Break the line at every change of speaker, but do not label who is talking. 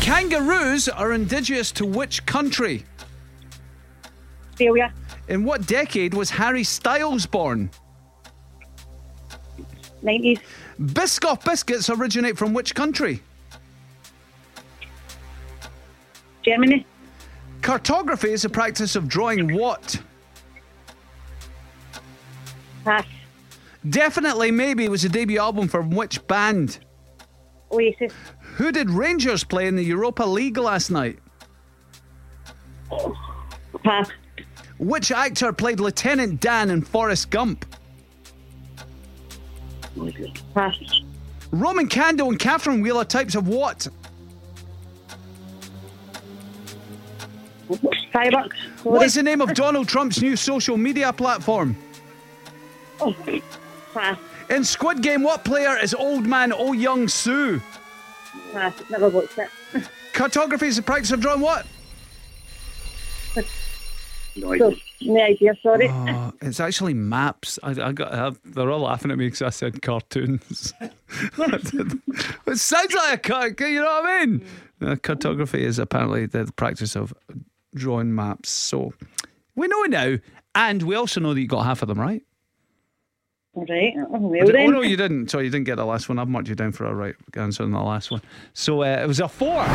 Kangaroos are indigenous to which country?
Australia,
In what decade was Harry Styles born?
90s,
Biscoff biscuits originate from which country?
Germany,
Cartography is a practice of drawing what?
pass,
Definitely Maybe was the debut album from which band?
Oasis,
Who did Rangers play in the Europa League last night?
pass,
Which actor played Lieutenant Dan in Forrest Gump?
pass,
Roman Candle and Catherine Wheel are types of what?
fireworks,
What is the name of Donald Trump's new social media platform?
name? Pass,
In Squid Game, what player is Old Man Oh Young Soo?
pass, never watched it.
Cartography is the practice of drawing what?
So, no idea, sorry.
Oh, it's actually maps. I, I got. I, they're all laughing at me because I said cartoons. it sounds like a cut. You know what I mean? Uh, cartography is apparently the practice of drawing maps. So we know now, and we also know that you got half of them right.
Right, oh,
I
well
did-
then.
oh no, you didn't. Sorry, you didn't get the last one. I've marked you down for a right answer on the last one. So uh, it was a four.